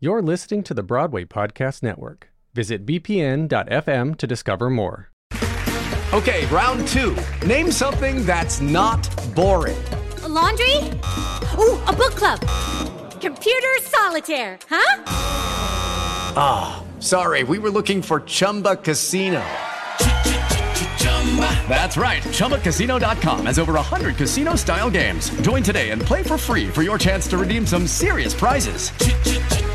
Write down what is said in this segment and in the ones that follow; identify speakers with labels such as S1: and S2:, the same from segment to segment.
S1: You're listening to the Broadway Podcast Network. Visit bpn.fm to discover more.
S2: Okay, round two. Name something that's not boring.
S3: A laundry? Ooh, a book club. Computer solitaire, huh?
S2: Ah, sorry, we were looking for Chumba Casino. That's right, ChumbaCasino.com has over 100 casino style games. Join today and play for free for your chance to redeem some serious prizes.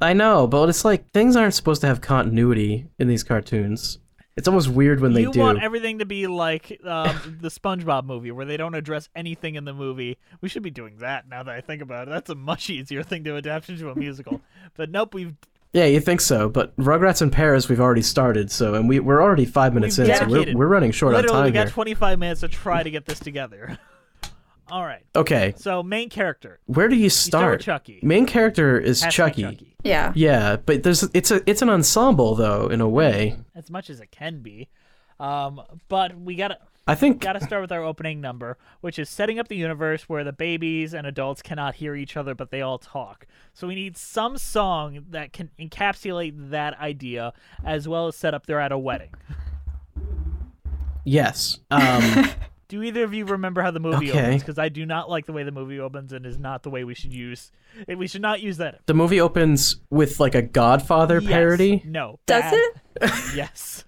S4: I know, but it's like things aren't supposed to have continuity in these cartoons. It's almost weird when they
S5: you
S4: do.
S5: want everything to be like um, the SpongeBob movie, where they don't address anything in the movie. We should be doing that now that I think about it. That's a much easier thing to adapt into a musical. but nope, we've
S4: yeah, you think so, but Rugrats in Paris we've already started, so and we we're already five minutes
S5: We've
S4: in, so we're,
S5: dedicated-
S4: we're running short
S5: literally
S4: on
S5: we
S4: time
S5: got
S4: here.
S5: 25 minutes to try to get this together. All right.
S4: okay,
S5: So main character
S4: where do you
S5: start
S4: start?
S5: with Chucky.
S4: Main character is
S5: has to be
S4: Chucky.
S5: Chucky,
S6: Yeah.
S4: Yeah, but there's it's a it's an ensemble though in a way.
S5: Mm, as much as it can be. Um, but we gotta
S4: I think
S5: got to start with our opening number, which is setting up the universe where the babies and adults cannot hear each other, but they all talk. So we need some song that can encapsulate that idea, as well as set up they're at a wedding.
S4: yes. Um,
S5: Do either of you remember how the movie
S4: Okay.
S5: opens? Because I do not like the way the movie opens, and is not the way we should use. eh, We should not use that.
S4: the movie opens with like a Godfather
S5: Yes.
S4: parody.
S5: No.
S6: Does
S5: bad.
S6: it?
S5: Yes.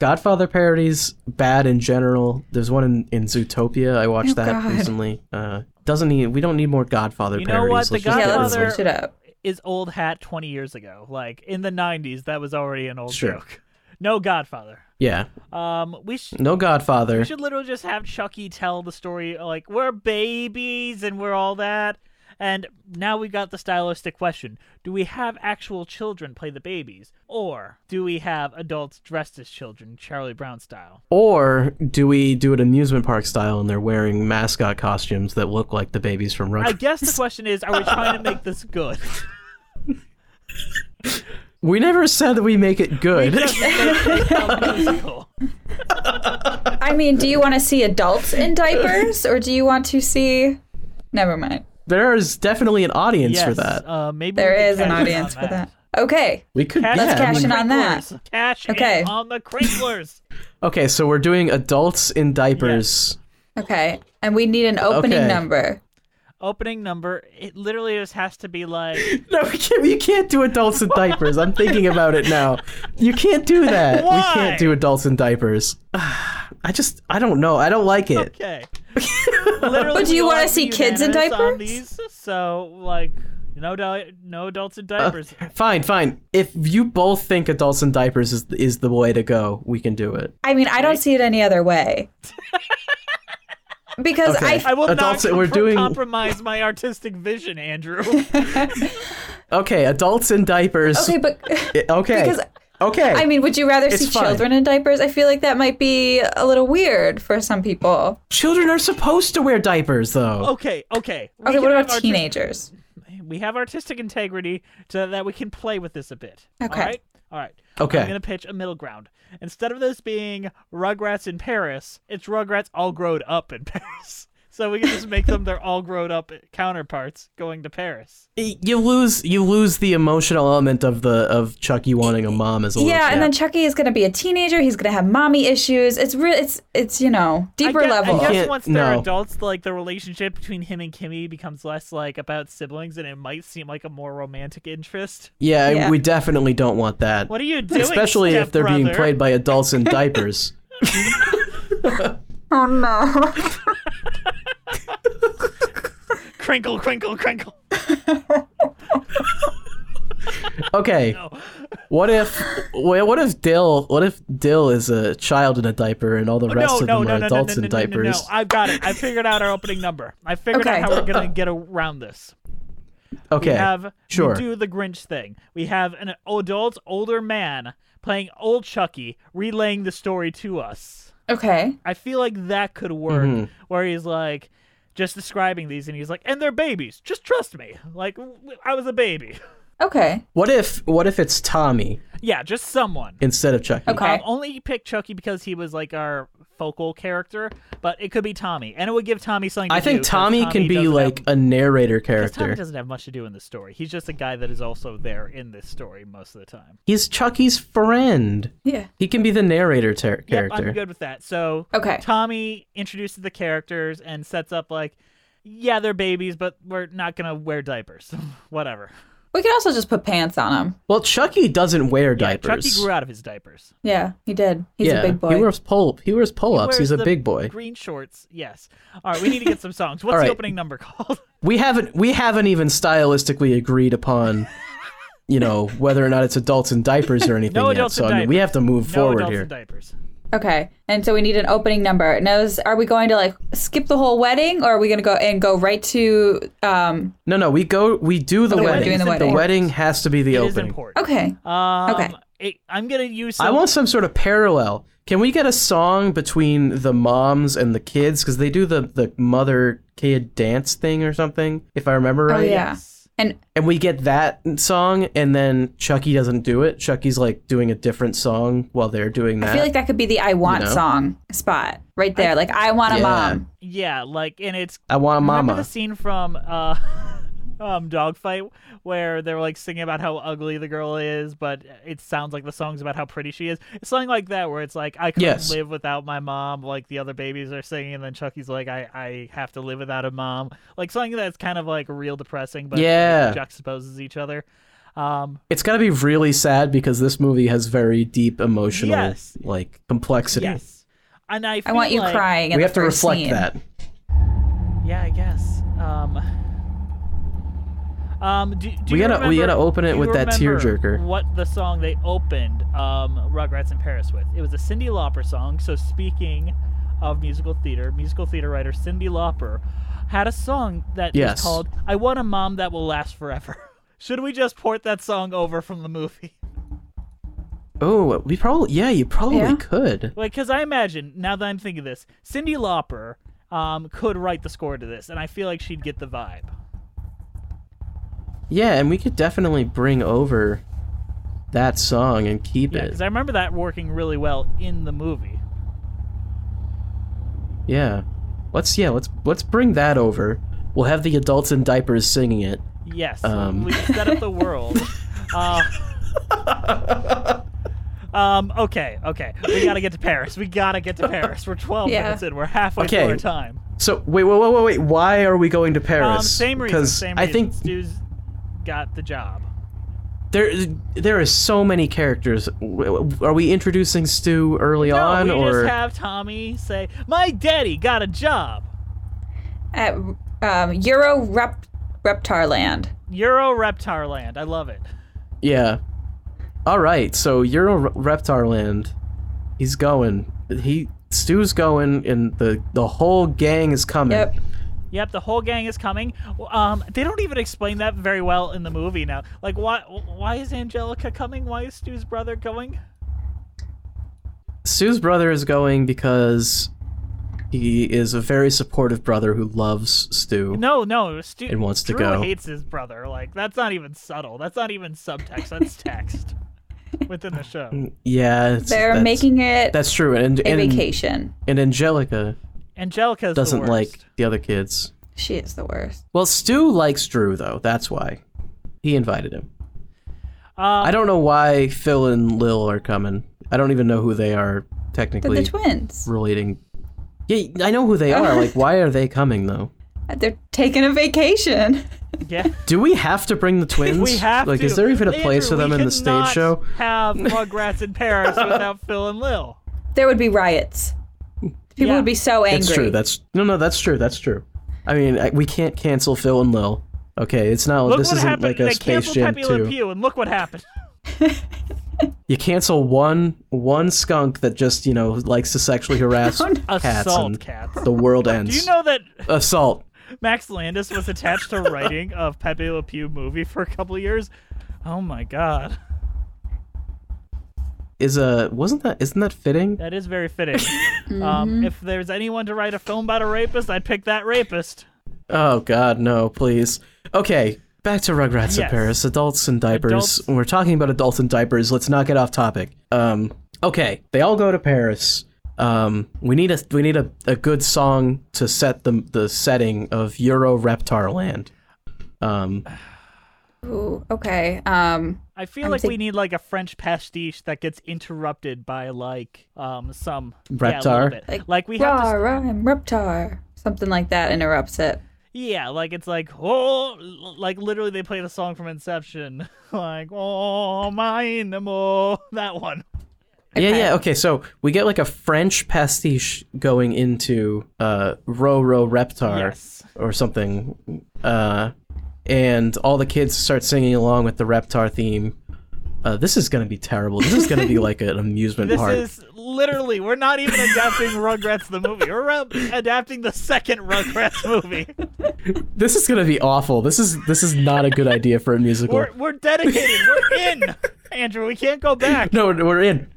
S4: Godfather parodies bad in general. There's one in, in Zootopia. I watched
S6: Oh,
S4: that
S6: God.
S4: recently. Uh, doesn't need we don't need more Godfather
S5: You know
S4: parodies.
S5: what? The
S4: Let's just get
S6: Yeah, let's
S4: rid of
S5: Godfather-
S6: switch it up.
S5: Is old hat twenty years ago? Like in the '90s, that was already an old
S4: Sure.
S5: joke. No Godfather.
S4: them. Yeah,
S5: Um, we should.
S4: no Godfather.
S5: We should literally just have Chucky tell the story like we're babies and we're all that. And now we got the stylistic question. Do we have actual children play the babies? Or do we have adults dressed as children, Charlie Brown style?
S4: Or do we do it amusement park style and they're wearing mascot costumes that look like the babies from Rugrats?
S5: I guess the question is, are we trying to make this good?
S4: we never said that we make it good.
S5: Just make it a musical.
S6: I mean, do you want to see adults in diapers or do you want to see. Never mind.
S4: there is definitely an audience
S5: yes,
S4: for that.
S5: Uh, maybe
S6: There
S5: we can
S6: is an
S5: cash in
S6: audience
S5: on
S6: for that. Okay.
S4: We could
S5: Cash
S4: yeah, I
S6: cash
S4: mean-
S6: in on that.
S5: Crinklers. Cash
S6: Okay.
S5: in on the crinklers.
S4: Okay, so we're doing adults in diapers.
S6: Okay. And we need an opening
S4: Okay.
S6: number.
S5: Opening number, it literally just has to be like
S4: No, we can't, you can't do adults in diapers. I'm thinking about it now. You can't do that.
S5: Why?
S4: We can't do adults in diapers. I just, I don't know. I don't like it.
S5: Okay. Literally,
S6: But do you
S5: we
S6: wanna
S5: are
S6: see kids in
S5: unanimous on
S6: diapers?
S5: these, so like, no, di- no adults in diapers.
S4: Fine, fine. If you both think adults in diapers is is the way to go, we can do it.
S6: I mean, I don't see it any other way. Because
S4: Okay.
S6: I,
S5: I will
S4: Adults,
S5: not
S4: we're
S5: compr-
S4: doing-
S5: compromise my artistic vision, Andrew.
S4: Okay, adults in diapers.
S6: Okay, but
S4: I- Okay.
S6: because-
S4: okay.
S6: I mean, would you rather
S4: It's
S6: see
S4: fine.
S6: children in diapers? I feel like that might be a little weird for some people.
S4: children are supposed to wear diapers, though.
S5: okay, okay. We
S6: Okay,
S5: can
S6: what
S5: have
S6: about
S5: artis-
S6: teenagers?
S5: we have artistic integrity so that we can play with this a bit.
S6: Okay.
S5: All right. All right.
S4: Okay.
S5: I'm gonna pitch a middle ground. Instead of this being Rugrats in Paris, it's Rugrats all grown up in Paris. So we can just make them their all grown up counterparts going to Paris.
S4: Y- You lose you lose the emotional element of the of Chucky wanting a mom as a little
S6: Yeah, and
S4: chap.
S6: then Chucky is going to be a teenager. He's going to have mommy issues. It's real. It's it's you know deeper
S5: I guess,
S6: level.
S5: I guess
S4: can't-
S5: once they're
S4: no.
S5: adults, like the relationship between him and Kimmy becomes less like about siblings, and it might seem like a more romantic interest.
S4: Yeah,
S6: Yeah.
S4: we definitely don't want that.
S5: What are you doing?
S4: Especially if they're being
S5: stepbrother?
S4: played by adults in diapers.
S6: Oh no!
S5: Crinkle, crinkle, crinkle.
S4: Okay. What if wha- what if Dill what if Dill is a child in a diaper and all the rest
S5: No,
S4: of
S5: no,
S4: them are
S5: no, no, no, no,
S4: adults
S5: no, no,
S4: in
S5: no, no,
S4: diapers?
S5: no. I've got it. I figured out our opening number. I figured
S6: Okay.
S5: out how we're gonna get around this.
S4: Okay.
S5: We have
S4: sure.
S5: we do the Grinch thing. We have an adult, older man playing old Chucky, relaying the story to us.
S6: Okay,
S5: I feel like that could work
S4: Mm-hmm.
S5: where he's like just describing these and he's like, and they're babies. Just trust me. Like, w- I was a baby.
S6: Okay.
S4: What if what if it's Tommy
S5: Yeah, just someone.
S4: instead of Chucky?
S6: Okay.
S5: Um, only picked Chucky because he was like our focal character, but it could be Tommy, and it would give Tommy something. To
S4: I
S5: do,
S4: think
S5: 'cause
S4: Tommy, can be
S5: doesn't have-
S4: like a narrator
S5: 'cause Tommy
S4: character.
S5: doesn't have much to do in the story. He's just a guy that is also there in this story most of the time.
S4: He's Chucky's friend.
S6: Yeah.
S4: He can be the narrator ter- character.
S5: Yep, I'm good with that. So
S6: Okay.
S5: Tommy introduces the characters and sets up like, yeah, they're babies, but we're not gonna wear diapers. Whatever.
S6: We could also just put pants on him.
S4: Well, Chucky doesn't wear diapers.
S5: Chucky grew out of his diapers.
S6: Yeah, he did. He's
S4: yeah,
S6: a big boy.
S4: He wears pull. He wears pull-ups.
S5: Wears
S4: He's a
S5: the
S4: big boy.
S5: Green shorts. Yes. All right, we need to get some songs. What's
S4: All
S5: the
S4: right.
S5: opening number called?
S4: We haven't we haven't even stylistically agreed upon, you know, whether or not it's adults in diapers or anything
S5: No
S4: yet.
S5: adults
S4: So
S5: in
S4: I mean, we
S5: diapers.
S4: have to move
S5: no
S4: forward
S5: adults
S4: here.
S5: in diapers.
S6: Okay, and so we need an opening number. Now, is, are we going to like skip the whole wedding, or are we going to go and go right to? um
S4: No, no, we go. We do the
S6: Oh, we're
S4: wedding.
S6: doing the wedding.
S4: has to be the
S5: It is
S4: opening.
S5: important.
S6: Okay,
S5: Um,
S6: Okay.
S5: It, I'm gonna use. Some,
S4: I want some sort of parallel. Can we get a song between the moms and the kids? Because they do the the mother kid dance thing or something, if I remember
S6: oh
S4: right.
S6: yeah, and
S4: And we get that song, and then Chucky doesn't do it. Chucky's like doing a different song while they're doing that.
S6: I feel like that could be the "I Want"
S4: know?
S6: song spot right there. like I want a
S4: Yeah.
S6: mom.
S5: Yeah, like, and it's
S4: I want a
S5: Remember
S4: mama.
S5: the scene from uh, um, Dogfight where they're like singing about how ugly the girl is, but it sounds like the song's about how pretty she is. It's something like that where it's like I couldn't
S4: Yes.
S5: live without my mom, like the other babies are singing, and then Chucky's like I I have to live without a mom, like something that's kind of like real depressing, but like,
S4: Yeah.
S5: juxtaposes each other. Um,
S4: It's gotta be really sad because this movie has very deep emotional
S5: Yes.
S4: like complexity.
S5: yes, and I
S6: I want
S5: feel
S6: you
S5: like-
S6: crying. in
S4: We
S6: the
S4: have to
S6: first
S4: reflect
S6: scene.
S4: that.
S5: Yeah, I guess. Um, um, do, do
S4: We
S5: you
S4: gotta- we
S5: remember-
S4: gotta open it
S5: do you
S4: with that
S5: remember
S4: tearjerker.
S5: What the song they opened um, Rugrats in Paris with? It was a Cindy Lauper song. So speaking of musical theater, musical theater writer Cindy Lauper had a song that was
S4: Yes.
S5: called "I Want a Mom That Will Last Forever." Should we just port that song over from the movie?
S4: Oh, we probably yeah, you probably
S6: Yeah.
S4: could.
S5: Like, because I imagine now that I'm thinking of this, Cindy Lauper um, could write the score to this, and I feel like she'd get the vibe.
S4: Yeah, and we could definitely bring over that song and keep
S5: Yeah,
S4: it.
S5: because I remember that working really well in the movie.
S4: Yeah. Let's yeah, let's let's bring that over. We'll have the adults in diapers singing it.
S5: Yes,
S4: Um.
S5: we set up the world. uh, um. Okay. Okay. We gotta get to Paris. We gotta get to Paris. We're 12
S6: Yeah.
S5: minutes in. We're halfway
S4: Okay.
S5: through our time.
S4: So wait, wait, wait, wait, wait. Why are we going to Paris?
S5: Um. Same reason.
S4: 'Cause
S5: Same
S4: I
S5: reason.
S4: think
S5: Stu's got the job.
S4: there there is so many characters. W- w- Are we introducing Stu early on,
S5: no, we
S4: or
S5: just have Tommy say, "My daddy got a job."
S6: at um, Euro Rep Reptar Land.
S5: Euro Reptar Land. I love it.
S4: Yeah. All right. So Euro Reptar Land, he's going. He Stu's going, and the the whole gang is coming.
S6: Yep.
S5: Yep, the whole gang is coming. Well, Um, they don't even explain that very well in the movie now. Like, why? Why is Angelica coming? Why is Stu's brother going?
S4: Stu's brother is going because he is a very supportive brother who loves Stu.
S5: No, no, Stu.
S4: And wants to
S5: Drew
S4: go.
S5: Hates his brother. Like, that's not even subtle. That's not even subtext. That's text within the show.
S4: Yeah, it's,
S6: They're
S4: that's,
S6: making it
S4: that's true. And
S6: a
S4: and,
S6: vacation.
S4: and Angelica
S5: Angelica's the
S4: doesn't like
S5: worst.
S4: the other kids.
S6: She is the worst.
S4: Well, Stu likes Drew though. That's why he invited him. I don't know why Phil and Lil are coming. I don't even know who they are
S6: They're
S4: technically
S6: the twins.
S4: relating. Yeah, I know who they are. like, why are they coming though?
S6: They're taking a vacation.
S5: Yeah.
S4: Do we have to bring the twins?
S5: We have
S4: like,
S5: to.
S4: is there even a
S5: Andrew,
S4: place for them
S5: we
S4: in the stage
S5: cannot
S4: show?
S5: Have Rugrats in Paris without Phil and Lil.
S6: There would be riots. People
S5: Yeah.
S6: would be so angry.
S4: That's true. That's no, no. That's true. That's true. I mean, I, we can't cancel Phil and Lil. Okay, it's not.
S5: Look
S4: this
S5: what
S4: isn't
S5: happened.
S4: like
S5: they
S4: a Space
S5: canceled
S4: Jam
S5: Pepe Le
S4: two.
S5: Pew, and look what happened.
S4: You cancel one one skunk that just you know likes to sexually harass cats,
S5: Assault
S4: and
S5: cats.
S4: the world ends.
S5: Do you know that
S4: assault?
S5: Max Landis was attached to writing of Pepe Le Pew movie for a couple of years. Oh my god,
S4: is a wasn't that isn't that fitting?
S5: that is very fitting. um, if there's anyone to write a film about a rapist, I'd pick that rapist.
S4: Oh God, no, please. Okay, Back to Rugrats
S5: Yes.
S4: in Paris, adults in diapers.
S5: Adults-
S4: We're talking about adults in diapers. Let's not get off topic. Um, okay, they all go to Paris. Um, we need a we need a, a good song to set the the setting of Euro Reptar Land. Um,
S6: Ooh, okay. Um,
S5: I feel
S6: I'm
S5: like
S6: think-
S5: we need like a French pastiche that gets interrupted by like um some yeah, a little
S4: Reptar?
S5: bit.
S6: like,
S5: Like we
S6: rah,
S5: have to,
S6: rah, I'm Reptar. Something like that interrupts it.
S5: yeah, like it's like oh, l- like literally they play the song from Inception, like oh my animal, that one.
S4: Yeah, yeah. Okay, so we get like a French pastiche going into uh Ro Ro Reptar
S5: Yes.
S4: or something. Uh and all the kids start singing along with the Reptar theme. Uh, this is gonna be terrible. This is gonna be like an amusement
S5: This
S4: park.
S5: is literally we're not even adapting Rugrats the movie. We're up- adapting the second Rugrats movie.
S4: This is gonna be awful. This is this is not a good idea for a musical.
S5: We're we're dedicated. We're in. Andrew, we can't go back.
S4: no, we're in.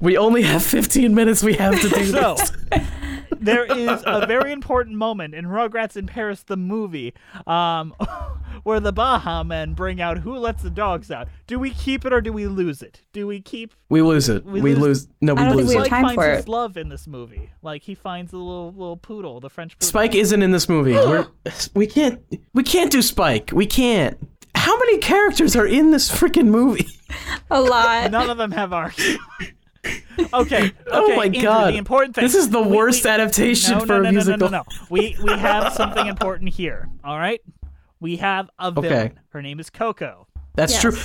S4: We only have 15 minutes. We have to do
S5: So,
S4: this.
S5: there is a very important moment in Rugrats in Paris, the movie, um, where the Baja men bring out who lets the dogs out. Do we keep it or do we lose it? Do we keep?
S4: We lose it.
S5: We
S4: We,
S5: lose-
S4: lose. No, we
S6: I don't
S4: lose
S6: think we have
S4: it.
S5: Spike
S6: time
S5: finds
S6: for
S5: his
S6: it.
S5: love in this movie. Like he finds the little little poodle, the French poodle.
S4: Spike isn't in this movie. We're, we can't we can't do Spike. We can't. How many characters are in this freaking movie?
S6: A lot.
S5: None of them have arcs. okay. okay,
S4: oh my
S5: Andrew,
S4: god!
S5: The important thing.
S4: This is the
S5: We- we-
S4: worst adaptation
S5: no,
S4: for
S5: no,
S4: a
S5: no,
S4: musical.
S5: No, no, no, no. We we have something important here. All right. We have a villain. Her name is Coco.
S4: That's true.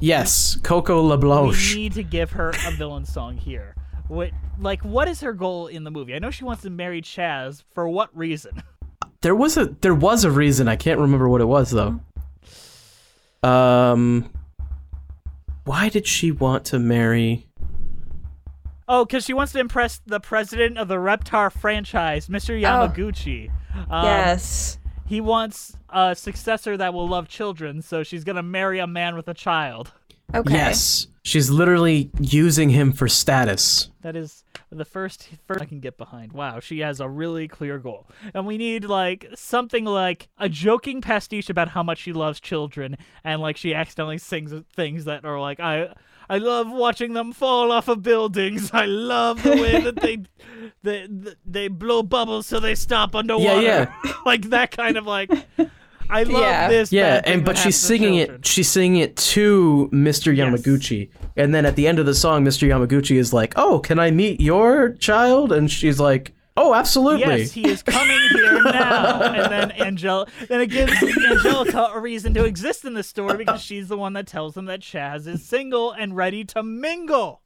S4: Yes, Coco LaBlanche.
S5: We need to give her a villain song here. What like what is her goal in the movie? I know she wants to marry Chaz. For what reason?
S4: There was a there was a reason I can't remember what it was though. Um, why did she want to marry?
S5: Oh, because she wants to impress the president of the Reptar franchise, Mr. Yamaguchi. Um,
S6: yes.
S5: He wants a successor that will love children, so she's gonna marry a man with a child.
S6: Okay.
S4: Yes, she's literally using him for status.
S5: That is the first first I can get behind. Wow, she has a really clear goal. And we need like something like a joking pastiche about how much she loves children and like she accidentally sings things that are like I I love watching them fall off of buildings. I love the way that they they, they blow bubbles so they stop underwater.
S4: yeah.
S5: like that kind of like I love
S6: Yeah.
S5: this.
S4: Yeah,
S5: bad thing
S4: and
S5: that
S4: but she's
S5: happens to
S4: singing
S5: children.
S4: it. She's singing it to Mr.
S5: Yes.
S4: Yamaguchi, and then at the end of the song, Mr. Yamaguchi is like, "Oh, can I meet your child?" And she's like, "Oh, absolutely."
S5: Yes, he is coming here now. and then Angel, then it gives Angelica a reason to exist in this story because she's the one that tells them that Chaz is single and ready to mingle.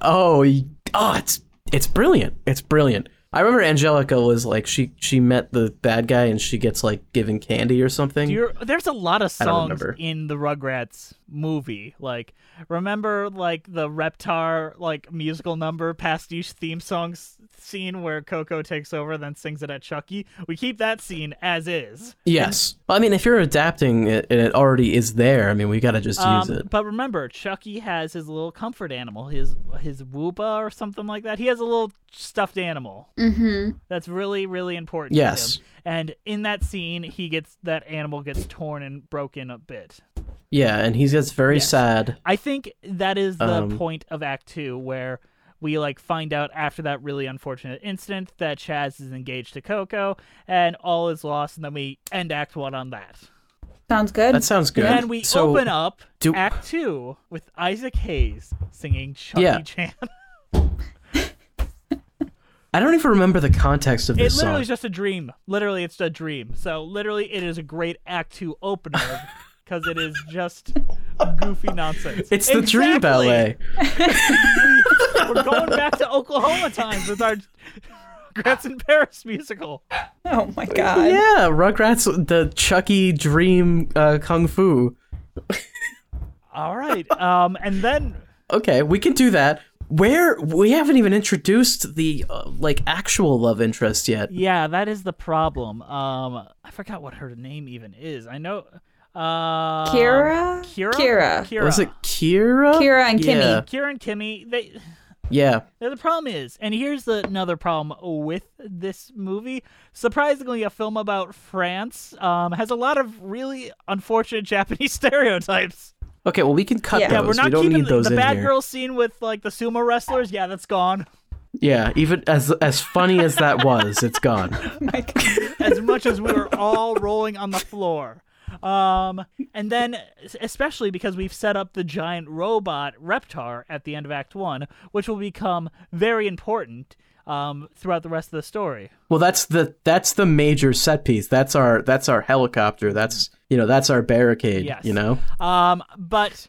S4: oh, he- oh, it's it's brilliant. It's brilliant. I remember Angelica was like, she she met the bad guy, and she gets like given candy or something.
S5: Do you- there's a lot of
S4: I don't
S5: songs
S4: remember.
S5: in the Rugrats movie. Like, remember like the Reptar like musical number pastiche theme song s- scene where Coco takes over and then sings it at Chucky? We keep that scene as is.
S4: yes, I mean, if you're adapting it and it already is there, I mean, we gotta just
S5: Um,
S4: use it.
S5: But remember, Chucky has his little comfort animal, his his wooba or something like that. He has a little stuffed animal. Mm-hmm. That's really really important. to
S4: Yes.
S5: him. And in that scene, he gets that animal gets torn and broken a bit.
S4: Yeah, and he gets very
S5: Yes.
S4: sad.
S5: I think that is the
S4: Um,
S5: point of Act Two where we like find out after that really unfortunate incident that Chaz is engaged to Coco and all is lost, and then we end Act One on that.
S6: Sounds good.
S4: That sounds good.
S5: And we
S4: So-
S5: open up
S4: do-
S5: Act Two with Isaac Hayes singing Chucky
S4: Yeah.
S5: Chan.
S4: I don't even remember the context of
S5: it
S4: this
S5: literally
S4: song.
S5: is just a dream. Literally, it's a dream. So literally, it is a great Act Two opener because it is just goofy nonsense.
S4: It's the dream ballet.
S5: Exactly. We're going back to Oklahoma times with our Grats in Paris musical.
S6: oh my god.
S4: Yeah, Rugrats, the Chucky dream uh, kung fu.
S5: All right. Um, and then
S4: Okay, we can do that. Where we haven't even introduced the uh, like actual love interest yet.
S5: Yeah, that is the problem. Um, I forgot what her name even is. I know. Uh,
S6: Kira?
S5: Kira.
S6: Kira.
S5: Kira.
S4: Was it Kira?
S6: Kira and Kimmy.
S4: Yeah.
S5: Kira and Kimmy? They.
S4: Yeah.
S5: Now, the problem is, and here's the, another problem with this movie. Surprisingly, a film about France um, has a lot of really unfortunate Japanese stereotypes.
S4: Okay, well we can cut
S5: Yeah,
S4: those.
S5: we're not
S4: we don't
S5: keeping
S4: need
S5: the,
S4: those
S5: the
S4: in
S5: bad
S4: here.
S5: girl scene with like the sumo wrestlers. Yeah, that's gone.
S4: Yeah, even as as funny as that was, it's gone.
S5: as much as we were all rolling on the floor. Um, and then, especially because we've set up the giant robot Reptar at the end of Act One, which will become very important um, throughout the rest of the story.
S4: Well, that's the that's the major set piece. That's our that's our helicopter. That's you know that's our barricade.
S5: Yes.
S4: You know.
S5: Um, but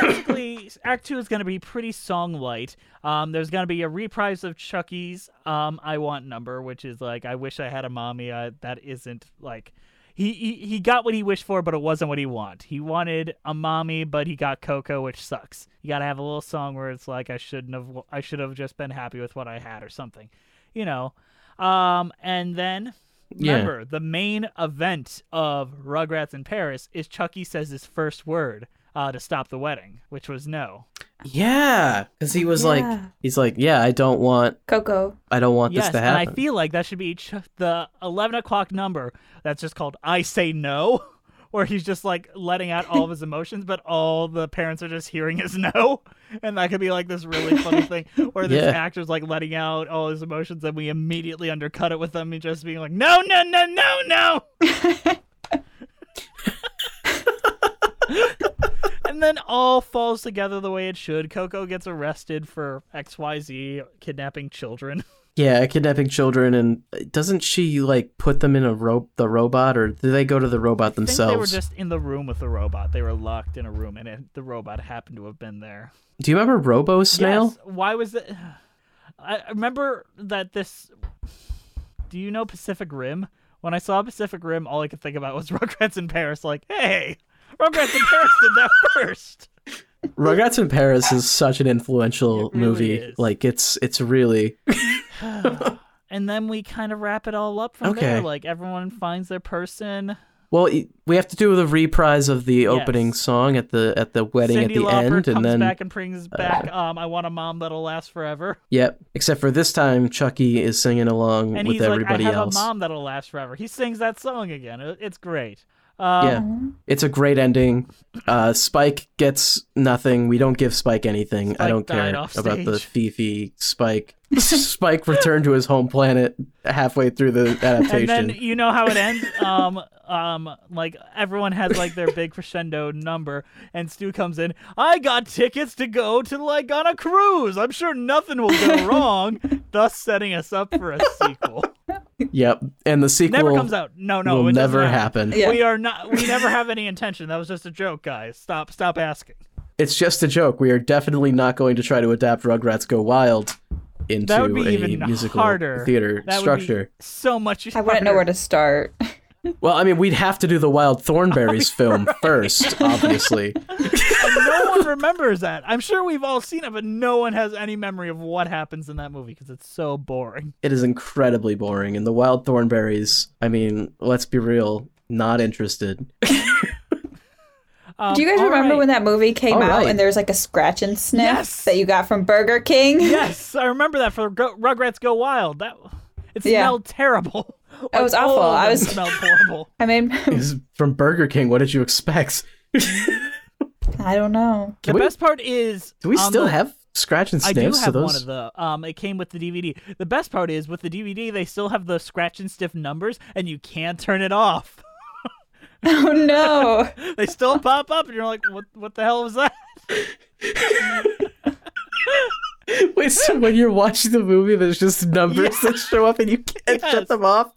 S5: basically, Act Two is going to be pretty song light. Um, there's going to be a reprise of Chucky's um, "I Want Number," which is like, "I wish I had a mommy." Uh, that isn't like he, he he got what he wished for, but it wasn't what he wanted. He wanted a mommy, but he got Coco, which sucks. You got to have a little song where it's like, "I shouldn't have. I should have just been happy with what I had," or something, you know. Um, and then
S4: Yeah.
S5: Remember, the main event of Rugrats in Paris is Chucky says his first word uh, to stop the wedding, which was no.
S4: Yeah, because he was like
S5: Yeah.
S4: he's like yeah I don't want
S6: Coco.
S4: I don't want
S5: yes,
S4: this to
S5: and I
S4: happen.
S5: feel like that should be ch- the 11 o'clock number that's just called I Say No, where he's just like letting out all of his emotions, but all the parents are just hearing his no. And that could be like this really funny thing where this
S4: Yeah.
S5: actor's like letting out all his emotions and we immediately undercut it with them and just being like, no, no, no, no, no. and then all falls together the way it should. Coco gets arrested for XYZ kidnapping children.
S4: yeah, kidnapping children and doesn't she like put them in a rope the robot or do they go to the robot
S5: I think
S4: themselves?
S5: they were just in the room with the robot. They were locked in a room, and it, the robot happened to have been there.
S4: Do you remember Robo Snail?
S5: Yes. Why was it? I I remember that this. Do you know Pacific Rim? When I saw Pacific Rim, all I could think about was Rugrats in Paris. Like, hey, Rugrats in Paris did that first.
S4: Rugrats in Paris is such an influential movie.
S5: is.
S4: Like it's it's really
S5: And then we kind of wrap it all up from
S4: Okay.
S5: there. Like everyone finds their person.
S4: well. y- We have to do the reprise of the opening song at the at the wedding
S5: Cindy
S4: at the
S5: Lauper
S4: end,
S5: comes
S4: and then uh,
S5: back and brings back. Um, I want a mom that'll last forever.
S4: Yep. Except for this time, Chucky is singing along
S5: and
S4: with
S5: he's
S4: everybody
S5: like, I have
S4: else.
S5: a mom that'll last forever. He sings that song again. It- It's great. Um,
S4: yeah, it's a great ending. Uh, Spike gets nothing. We don't give Spike anything. I
S5: Spike
S4: don't care
S5: died off
S4: about the
S5: stage.
S4: Fifi Spike. Spike returned to his home planet halfway through the adaptation.
S5: And then you know how it ends. Um, um, like everyone has like their big crescendo number, and Stu comes in. I got tickets to go to like on a cruise. I'm sure nothing will go wrong, thus setting us up for a sequel.
S4: Yep, and the sequel
S5: Never comes out. No, no,
S4: will
S5: it doesn't
S4: never happen.
S5: We are not. We never have any intention. That was just a joke, guys. Stop, stop asking.
S4: It's just a joke. We are definitely not going to try to adapt Rugrats Go Wild into
S5: That would be
S4: a
S5: even
S4: musical
S5: harder.
S4: theater
S5: That would be
S4: structure.
S5: So much.
S6: I wouldn't know where to start.
S4: Well, I mean, we'd have to do the Wild Thornberries film first, obviously.
S5: and no one remembers that. I'm sure we've all seen it, but no one has any memory of what happens in that movie because it's so boring.
S4: It is incredibly boring, and the Wild Thornberries. I mean, let's be real, not interested.
S5: Um,
S6: Do you guys
S5: all
S6: remember
S5: right.
S6: when that movie came
S4: All
S6: out
S4: right.
S6: and there was like a scratch and sniff
S5: Yes.
S6: that you got from Burger King?
S5: Yes, I remember that for Go- Rugrats Go Wild. That it
S6: Yeah.
S5: smelled terrible. It
S6: was awful. I was-
S5: smelled horrible.
S6: I mean,
S4: It's from Burger King. What did you expect?
S6: I don't know.
S4: Can
S5: the
S4: we,
S5: best part is
S4: do we
S5: on
S4: still
S5: the-
S4: have scratch and
S5: I do
S4: sniffs
S5: have
S4: to those?
S5: one of the. Um, it came with the DVD. The best part is with the DVD, they still have the scratch and stiff numbers, and you can't turn it off.
S6: Oh no.
S5: they still pop up, and you're like, "What? What the hell was that?"
S4: Wait, so when you're watching the movie, there's just numbers that show up and you can't
S5: Yes.
S4: shut them off.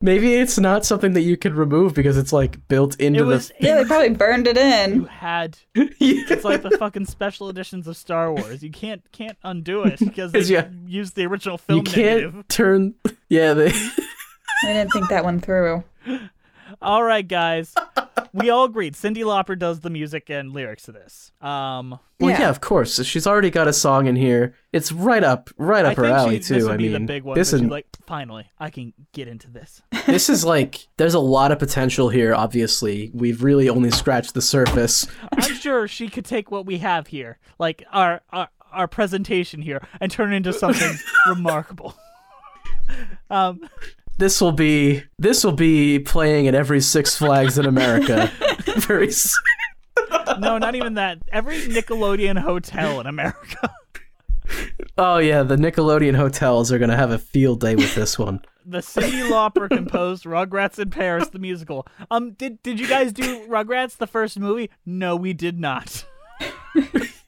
S4: Maybe it's not something that you can remove because it's like built into
S5: It was.
S4: the.
S6: Yeah, they probably burned it
S5: you
S6: in.
S5: had
S4: Yeah.
S5: It's like the fucking special editions of Star Wars. You can't can't undo it because
S4: 'Cause
S5: they
S4: you-
S5: used the original
S4: you
S5: film
S4: can't
S5: negative.
S4: turn. Yeah, they.
S6: I didn't think that one through.
S5: All right, guys. we all agreed Cindy Lauper does the music and lyrics to this. Um,
S4: Well, yeah. of course. She's already got a song in here. It's right up, right
S5: I
S4: up her
S5: think
S4: alley
S5: she,
S4: too.
S5: This would
S4: I
S5: be
S4: mean,
S5: the big one.
S4: this
S5: that she'd
S4: and
S5: like finally, I can get into this.
S4: this is like there's a lot of potential here. Obviously, we've really only scratched the surface.
S5: I'm sure she could take what we have here, like our our, our presentation here, and turn it into something remarkable. Um,
S4: This will be this will be playing at every Six Flags in America. Very. s-
S5: no, not even that. Every Nickelodeon hotel in America.
S4: Oh yeah, the Nickelodeon hotels are gonna have a field day with this one.
S5: The Cindy Lauper composed Rugrats in Paris, the musical. Um, did did you guys do Rugrats the first movie? No, we did not.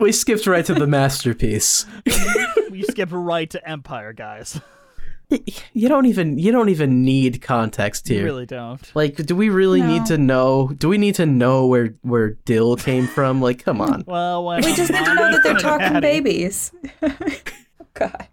S4: We skipped right to the masterpiece.
S5: We skipped right to Empire, guys.
S4: You don't even you don't even need context
S5: You
S4: here.
S5: really don't.
S4: Like, do we really need to know? Do we need to know where where Dill came from? Like, come on.
S5: Well, when
S6: We
S5: a
S6: just need to know
S5: mommy
S6: that they're
S5: and a
S6: talking
S5: daddy-
S6: babies. God.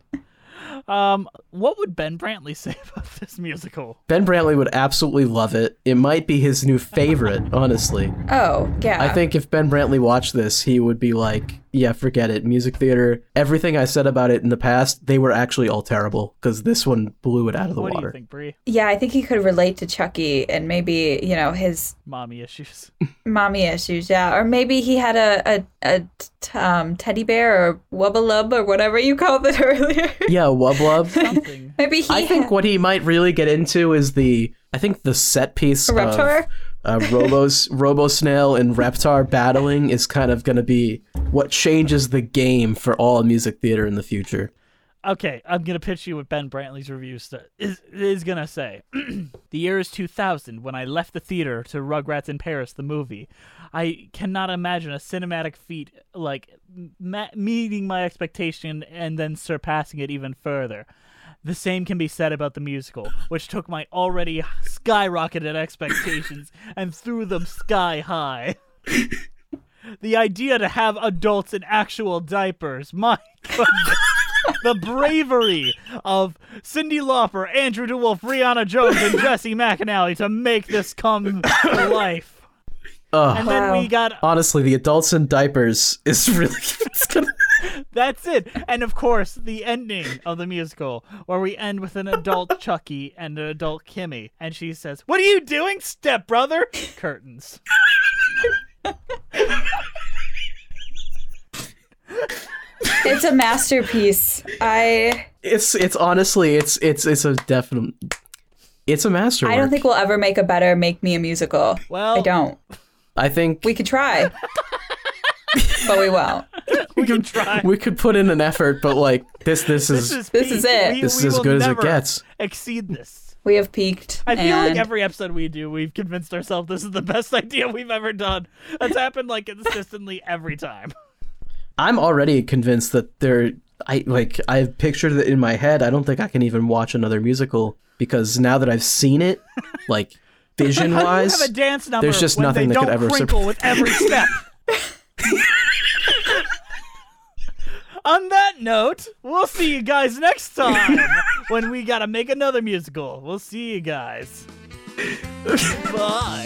S5: Um, what would Ben Brantley say about this musical?
S4: Ben Brantley would absolutely love it. It might be his new favorite, honestly.
S6: Oh, yeah.
S4: I think if Ben Brantley watched this, he would be like, "Yeah, forget it. Music theater. Everything I said about it in the past, they were actually all terrible because this one blew it out of the
S5: what do
S4: water."
S5: you think, Bree?
S6: Yeah, I think he could relate to Chucky and maybe, you know, his
S5: Mommy issues.
S6: mommy issues. Yeah. Or maybe he had a, a, a t- um, teddy bear or wubba lub or whatever you called it earlier.
S4: Yeah, wub wub.
S5: Something.
S6: maybe he
S4: I think
S6: had-
S4: what he might really get into is the I think the set piece of
S6: Reptar?
S4: uh, Robos Robo Snail and Reptar battling is kind of going to be what changes the game for all music theater in the future.
S5: Okay, I'm gonna pitch you what Ben Brantley's review st- is is gonna say. the year is 2000 when I left the theater to Rugrats in Paris, the movie. I cannot imagine a cinematic feat like ma- meeting my expectation and then surpassing it even further. The same can be said about the musical, which took my already skyrocketed expectations and threw them sky high. the idea to have adults in actual diapers, my goodness the bravery of Cindy Lauper, Andrew DeWolf, Rihanna Jones, and Jesse McAnally to make this come to life. and then we got
S4: Honestly, the adults in diapers is really it's gonna,
S5: that's it. And of course, the ending of the musical, where we end with an adult Chucky and an adult Kimmy. And she says, What are you doing, stepbrother? Curtains.
S6: it's a masterpiece. I
S4: it's it's honestly it's it's it's a definite it's a masterwork.
S6: I don't think we'll ever make a better Make Me a Musical.
S5: Well-
S6: I don't.
S4: I think
S6: We could try, but we won't.
S5: We can try.
S4: we could put in an effort, but like this this is,
S5: This is,
S6: This is
S5: peak.
S6: it.
S5: We-
S4: This
S5: we
S4: is as
S5: will
S4: good as it
S5: never
S4: gets.
S5: Exceed this.
S6: We have peaked.
S5: I feel like
S6: and-
S5: every episode we do, we've convinced ourselves this is the best idea we've ever done. That's happened like consistently every time.
S4: I'm already convinced that there. I like I've pictured it in my head. I don't think I can even watch another musical because now that I've seen it, like vision
S5: How do you
S4: wise,
S5: have a dance number
S4: there's just
S5: when
S4: nothing
S5: they
S4: that could
S5: don't
S4: ever sur-
S5: crinkle with every step? On that note, we'll see you guys next time when we gotta make another musical. We'll see you guys. Bye.